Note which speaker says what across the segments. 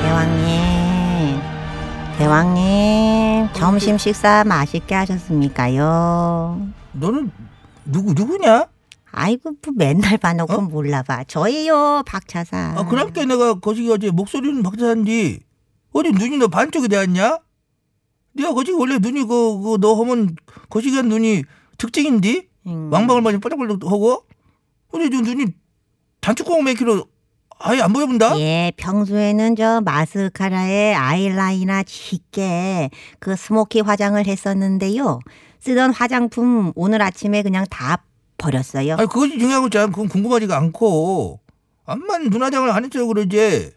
Speaker 1: 대왕님, 대왕님, 점심 식사 맛있게 하셨습니까요?
Speaker 2: 너는 누구 누구냐?
Speaker 1: 아이고, 뭐 맨날 봐놓고 몰라봐. 저예요, 박차사.
Speaker 2: 아, 어? 그러니까 내가 거시기 어제 목소리는 박자산지 어제 눈이 너 반쪽이 되었냐? 네가 거시기 원래 눈이 그너 하면 거시기한 눈이 특징인데
Speaker 1: 음.
Speaker 2: 왕방울 많이 뻘짝뻘짝 하고 근데 저 눈이 단축광 맥히로 아예 안 보여본다?
Speaker 1: 예, 평소에는 저 마스카라에 아이라이나 짙게 그 스모키 화장을 했었는데요. 쓰던 화장품 오늘 아침에 그냥 다 버렸어요.
Speaker 2: 아니 그것이 중요한 거잖아 그건 궁금하지가 않고 암만 눈화장을 안 했죠 그러지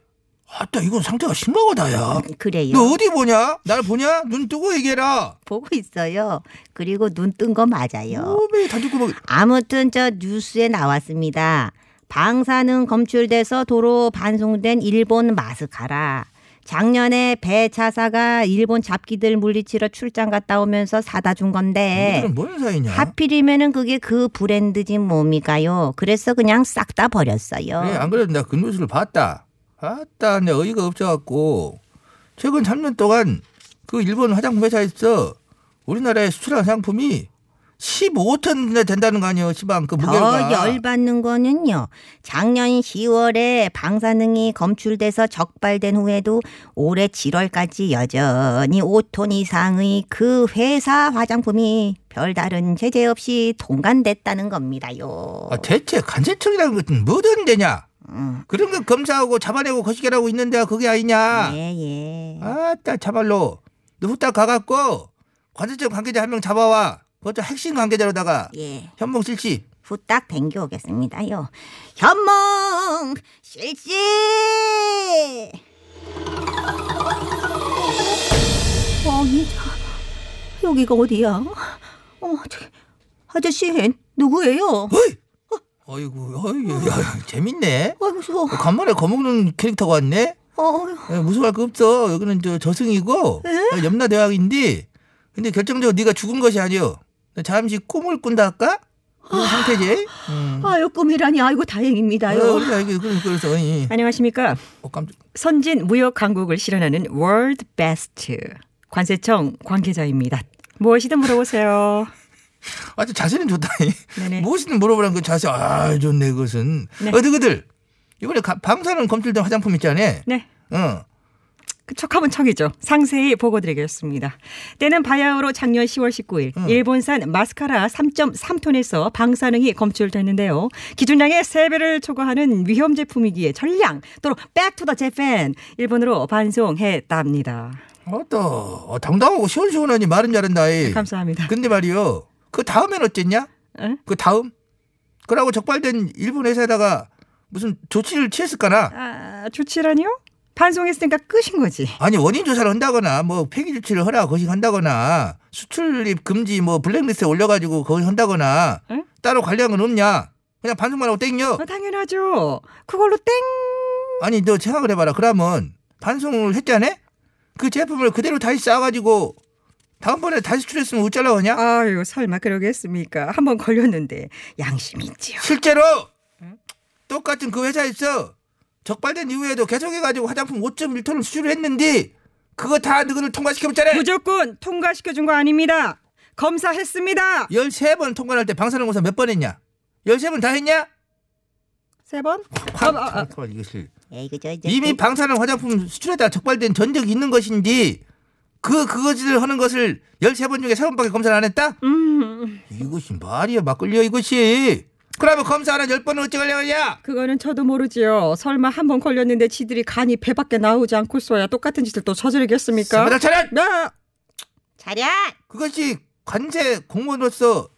Speaker 2: 아따 이건 상태가 심하다야
Speaker 1: 그래요.
Speaker 2: 너 어디 보냐? 날 보냐? 눈 뜨고 얘기해라
Speaker 1: 보고 있어요. 그리고 눈 뜬 거 맞아요.
Speaker 2: 오메 단축구멍
Speaker 1: 아무튼 저 뉴스에 나왔습니다. 방사능 검출돼서 도로 반송된 일본 마스카라. 작년에 배차사가 일본 잡기들 물리치러 출장 갔다 오면서 사다 준 건데
Speaker 2: 이거는 뭔 사이냐
Speaker 1: 하필이면은 그게 그 브랜드지 뭡니까요. 그래서 그냥 싹 다 버렸어요.
Speaker 2: 그래, 안 그래도 내가 그 뉴스를 봤다. 아따, 내 어이가 없어갖고. 최근 3년 동안 그 일본 화장품 회사에서 우리나라에 수출한 상품이 15톤이나 된다는 거 아니에요, 시방. 그 무게가.
Speaker 1: 더 열받는 거는요. 작년 10월에 방사능이 검출돼서 적발된 후에도 올해 7월까지 여전히 5톤 이상의 그 회사 화장품이 별다른 제재 없이 통관됐다는 겁니다요.
Speaker 2: 아, 대체 간세청이라는 것은 뭐든 되냐?
Speaker 1: 음.
Speaker 2: 그런 거 검사하고 잡아내고 거시기라고 있는데 그게 아니냐?
Speaker 1: 예, 예.
Speaker 2: 아따, 참말로. 너 후딱 가갖고 관세청 관계자 한 명 잡아와. 그것도 핵심 관계자로다가
Speaker 1: 예.
Speaker 2: 현봉 실시.
Speaker 1: 후딱 댕겨오겠습니다요. 현몽 실시! 아니, 여기가 어디야? 어, 저, 아저씨, 누구예요?
Speaker 2: 어이! 어이구, 어이, 야, 재밌네.
Speaker 1: 아, 무서워.
Speaker 2: 어, 간만에 거먹는 캐릭터가 왔네.
Speaker 1: 어,
Speaker 2: 에, 무서워할 거 없어. 여기는 저 저승이고 어, 염라 대왕인데 근데 결정적으로 네가 죽은 것이 아니오. 너 잠시 꿈을 꾼다 할까? 그 상태지. 음.
Speaker 3: 아유 꿈이라니 아. 아이고
Speaker 2: 어,
Speaker 3: 다행입니다요.
Speaker 2: 우리가 이게 그- 그래서 이,
Speaker 3: 안녕하십니까.
Speaker 2: 어, 깜짝.
Speaker 3: 선진 무역 강국을 실현하는 월드 베스트 관세청 관계자입니다. 무엇이든 물어보세요.
Speaker 2: 아주 자세는 좋다.
Speaker 3: 네네.
Speaker 2: 무엇이든 물어보라는 그 자세. 아 좋네 그것은.
Speaker 3: 네.
Speaker 2: 어디 그들 이번에 가- 방사능 검출된 화장품 있잖아.
Speaker 3: 네.
Speaker 2: 어.
Speaker 3: 그 척하면 척이죠. 상세히 보고드리겠습니다. 때는 바야흐로 작년 10월 19일
Speaker 2: 음.
Speaker 3: 일본산 마스카라 3.3톤에서 방사능이 검출됐는데요. 기준량의 3배를 초과하는 위험 제품이기에 전량 또는 백투더 재팬 일본으로 반송했답니다.
Speaker 2: 어떠 어, 당당하고 시원시원하니 말은 잘한다. 이.
Speaker 3: 감사합니다.
Speaker 2: 근데 말이요. 그 다음엔 어쨌냐?
Speaker 3: 응?
Speaker 2: 그 다음 그러고 적발된 일본 회사에다가 무슨 조치를 취했을까나
Speaker 3: 아, 조치라니요? 반송했으니까 끝인 거지.
Speaker 2: 아니 원인 조사를 한다거나 뭐 폐기 조치를 하라 거식 한다거나 수출입 금지 뭐 블랙리스트에 올려가지고 거기 한다거나
Speaker 3: 응?
Speaker 2: 따로 관리한 건 없냐? 그냥 반송만 하고 땡겨.
Speaker 3: 아, 당연하죠. 그걸로 땡.
Speaker 2: 아니 너 생각을 해봐라. 그러면 반송을 했잖아? 그 제품을 그대로 다시 싸가지고 다음번에 다시 수출했으면 어쩌려고 하냐?
Speaker 3: 아유 설마 그러겠습니까? 한 번 걸렸는데 양심이 있지요.
Speaker 2: 실제로 똑같은 그 회사에서 적발된 이후에도 계속해가지고 화장품 5.1톤을 수출을 했는데 그거 다 너희들 통과시켜봤잖아.
Speaker 3: 무조건 통과시켜준 거 아닙니다. 검사했습니다.
Speaker 2: 13번 통과할 때 방사능 검사 몇 번 했냐? 13번 다 했냐?
Speaker 3: 세 번?
Speaker 2: 화,
Speaker 3: 아, 아, 아.
Speaker 2: 잠깐만, 이것을
Speaker 1: 에이 그저 이제
Speaker 2: 이미
Speaker 1: 또-
Speaker 2: 방사능 화장품 수출에다 적발된 전적이 있는 것인지 그 그것을 하는 것을 13번 중에 3번밖에 검사를 안 했다?
Speaker 3: 음,
Speaker 2: 이것이 말이야 막걸리야 이것이 그러면 검사 하는 10번은 어찌 걸려가냐?
Speaker 3: 그거는 저도 모르지요. 설마 한 번 걸렸는데 지들이 간이 배 밖에 나오지 않고 써야 똑같은 짓을 또 저지르겠습니까?
Speaker 2: 사바닥 차렷!
Speaker 3: 네.
Speaker 1: 차렷
Speaker 2: 그것이 관세 공무원으로서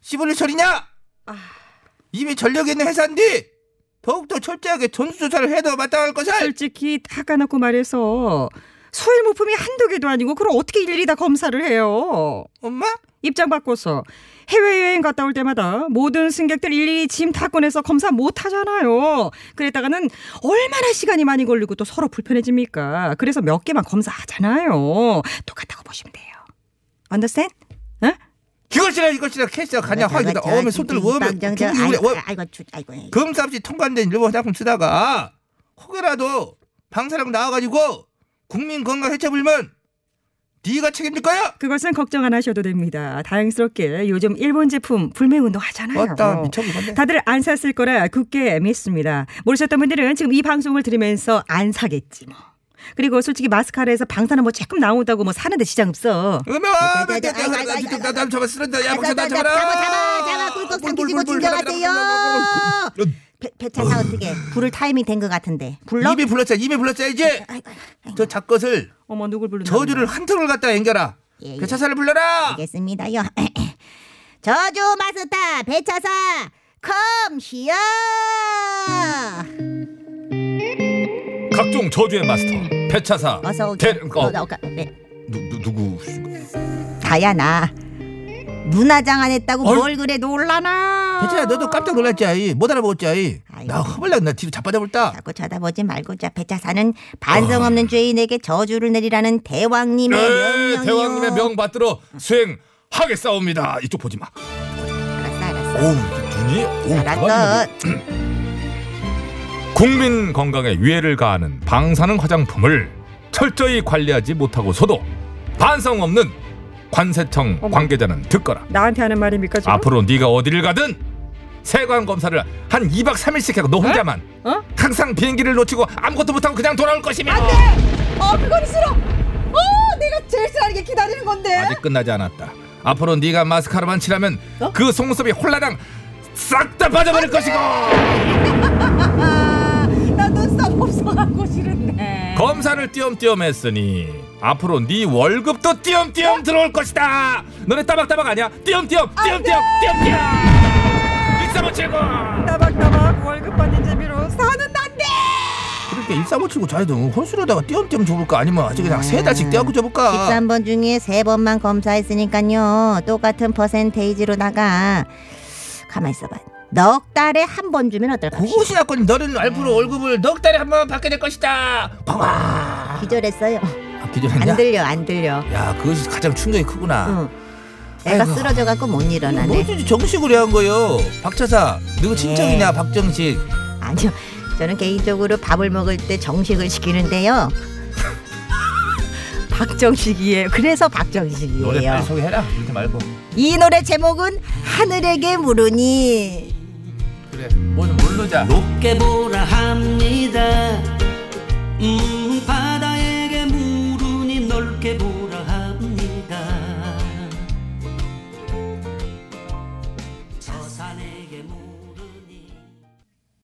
Speaker 2: 씹을 처리냐? 이미 전력이 있는 회사인데 더욱더 철저하게 전수조사를 해도 마땅할 것을
Speaker 3: 솔직히 닦아놓고 말해서 수일 부품이 한두 개도 아니고 그럼 어떻게 일일이 다 검사를 해요?
Speaker 2: 엄마?
Speaker 3: 입장 바꿔서 해외여행 갔다 올 때마다 모든 승객들 일일이 짐 다 꺼내서 검사 못 하잖아요. 그랬다가는 얼마나 시간이 많이 걸리고 또 서로 불편해집니까? 그래서 몇 개만 검사하잖아요. 똑같다고 보시면 돼요. 언더스탠?
Speaker 2: 이것이라 이것이라 캐시가 가냐 확이다 어면 손 들고 어면
Speaker 1: 방장 저
Speaker 2: 죽이고
Speaker 1: 아이고
Speaker 2: 그래. 어,
Speaker 1: 아이고 주- 아이고 에이.
Speaker 2: 검사 없이 통관된 일본 화장품 쓰다가 혹여라도 방사능 나와가지고 국민 건강 해쳐불면 네가 책임질 거야
Speaker 3: 그것은 걱정 안 하셔도 됩니다. 다행스럽게 요즘 일본 제품 불매 운동 하잖아요. 어.
Speaker 2: 왔다 미쳐버리겠네
Speaker 3: 다들 안 샀을 거라 굳게 믿습니다. 모르셨던 분들은 지금 이 방송을 들으면서 안 사겠지 뭐. 그리고 솔직히 마스카라에서 방사능 뭐 조금 나온다고 뭐 사는데 지장 없어.
Speaker 2: 음악
Speaker 1: 아이고, 네, 아이고, 아이고, 아이고, 아이고.
Speaker 2: 나남 잡아 쓰는다 야
Speaker 1: 아이고,
Speaker 2: 박사 나
Speaker 1: 잡아
Speaker 2: 잡아라
Speaker 1: 잡아 잡아 꿀꺽 삼키시고 진정하세요 배- 배차사 어떻게 부를 타이밍 된 것 같은데 불러
Speaker 2: 입에 불렀어 입에 불렀어야지
Speaker 1: 아이고, 아이고.
Speaker 2: 저 작것을
Speaker 3: 어머 누굴 부르나?
Speaker 2: 저주를 한 턱을 갖다 앵겨라
Speaker 1: 예, 예.
Speaker 2: 배차사를 불러라
Speaker 1: 알겠습니다요. 저주 마스터 배차사 컴시어.
Speaker 4: 각종 저주의 마스터 배차사
Speaker 1: 어서 오게.
Speaker 4: 대, 어,
Speaker 1: 어, 음, 어, 네.
Speaker 4: 누, 누, 누구
Speaker 1: 다야 나. 눈화장 안 했다고 뭘 그래 놀라나.
Speaker 2: 배차야 너도 깜짝 놀랐지 아이 못 알아보았지 아이
Speaker 1: 아이고.
Speaker 2: 나 허벌나 나 뒤로 자빠져볼다
Speaker 1: 자꾸 쳐다보지 말고 자 배차사는 반성 없는 죄인에게 저주를 내리라는 대왕님의 명령이요.
Speaker 4: 네, 대왕님의 명 받들어 수행하겠사옵니다 이쪽 보지
Speaker 1: 음.
Speaker 4: 마
Speaker 1: 알았어 알았어.
Speaker 4: 오우 눈이 오우 대박이네.
Speaker 1: 알았어.
Speaker 4: 국민 건강에 위해를 가하는 방사능 화장품을 철저히 관리하지 못하고서도 반성 없는 관세청 관계자는 듣거라.
Speaker 3: 나한테 하는 말입니까 그러니까 지금?
Speaker 4: 앞으로 네가 어디를 가든 세관 검사를 한 2박 3일씩 하고 너 혼자만
Speaker 3: 어?
Speaker 4: 항상 비행기를 놓치고 아무것도 못하고 그냥 돌아올 것이며
Speaker 3: 어 그건 싫어. 어 내가 제일 싫어하는 게 기다리는 건데.
Speaker 4: 아직 끝나지 않았다. 앞으로 네가 마스카라만 칠하면
Speaker 1: 어?
Speaker 4: 그 속눈썹이 홀라당 싹 다 빠져버릴 것이고
Speaker 3: 아, 나 눈썹 없어갖고 싫은데.
Speaker 4: 검사를 띄엄띄엄 했으니 앞으로 네 월급도
Speaker 2: 네?
Speaker 4: 띄엄띄엄 들어올 것이다. 너네 따박따박 아니야? 띄엄띄엄 띄엄띄엄 띄엄띄엄. 1357
Speaker 3: 따박따박 월급 받는 재미로 사는 난데.
Speaker 2: 그렇게 그러니까 일사무치고 자기도 혼수로다가 띄엄띄엄 줘볼까 아니면 아주 그냥 세 달씩
Speaker 1: 음.
Speaker 2: 떼어고 줘볼까
Speaker 1: 13번 중에 세번만 검사했으니까요. 똑같은 퍼센테이지로 나가. 가만 있어봐. 넉 달에 한 번 주면 어떨까?
Speaker 2: 그것이나 건 너는 앞으로 월급을 넉 달에 한 번 받게 될 것이다 고마
Speaker 1: 기절했어요.
Speaker 2: 아,
Speaker 1: 안
Speaker 2: 기절했냐?
Speaker 1: 들려, 안 들려.
Speaker 2: 야 그것이 가장 충격이 크구나
Speaker 1: 응. 애가
Speaker 2: 아이고.
Speaker 1: 쓰러져갖고 못 일어나네. 네.
Speaker 2: 뭐지 정식으로 한 거요. 박차사, 너가 친척이냐 박정식.
Speaker 1: 아니요. 저는 개인적으로 밥을 먹을 때 정식을 시키는데요. 박정식이에요. 그래서
Speaker 2: 노래
Speaker 1: 박정식이에요.
Speaker 2: 빨리 소개해라. 이러지 말고.
Speaker 1: 이 노래 제목은 하늘에게 물으니.
Speaker 2: 그래. 뭐좀 모르자.
Speaker 5: 높게 보라 합니다. 음, 바다에게 물으니 넓게 보라.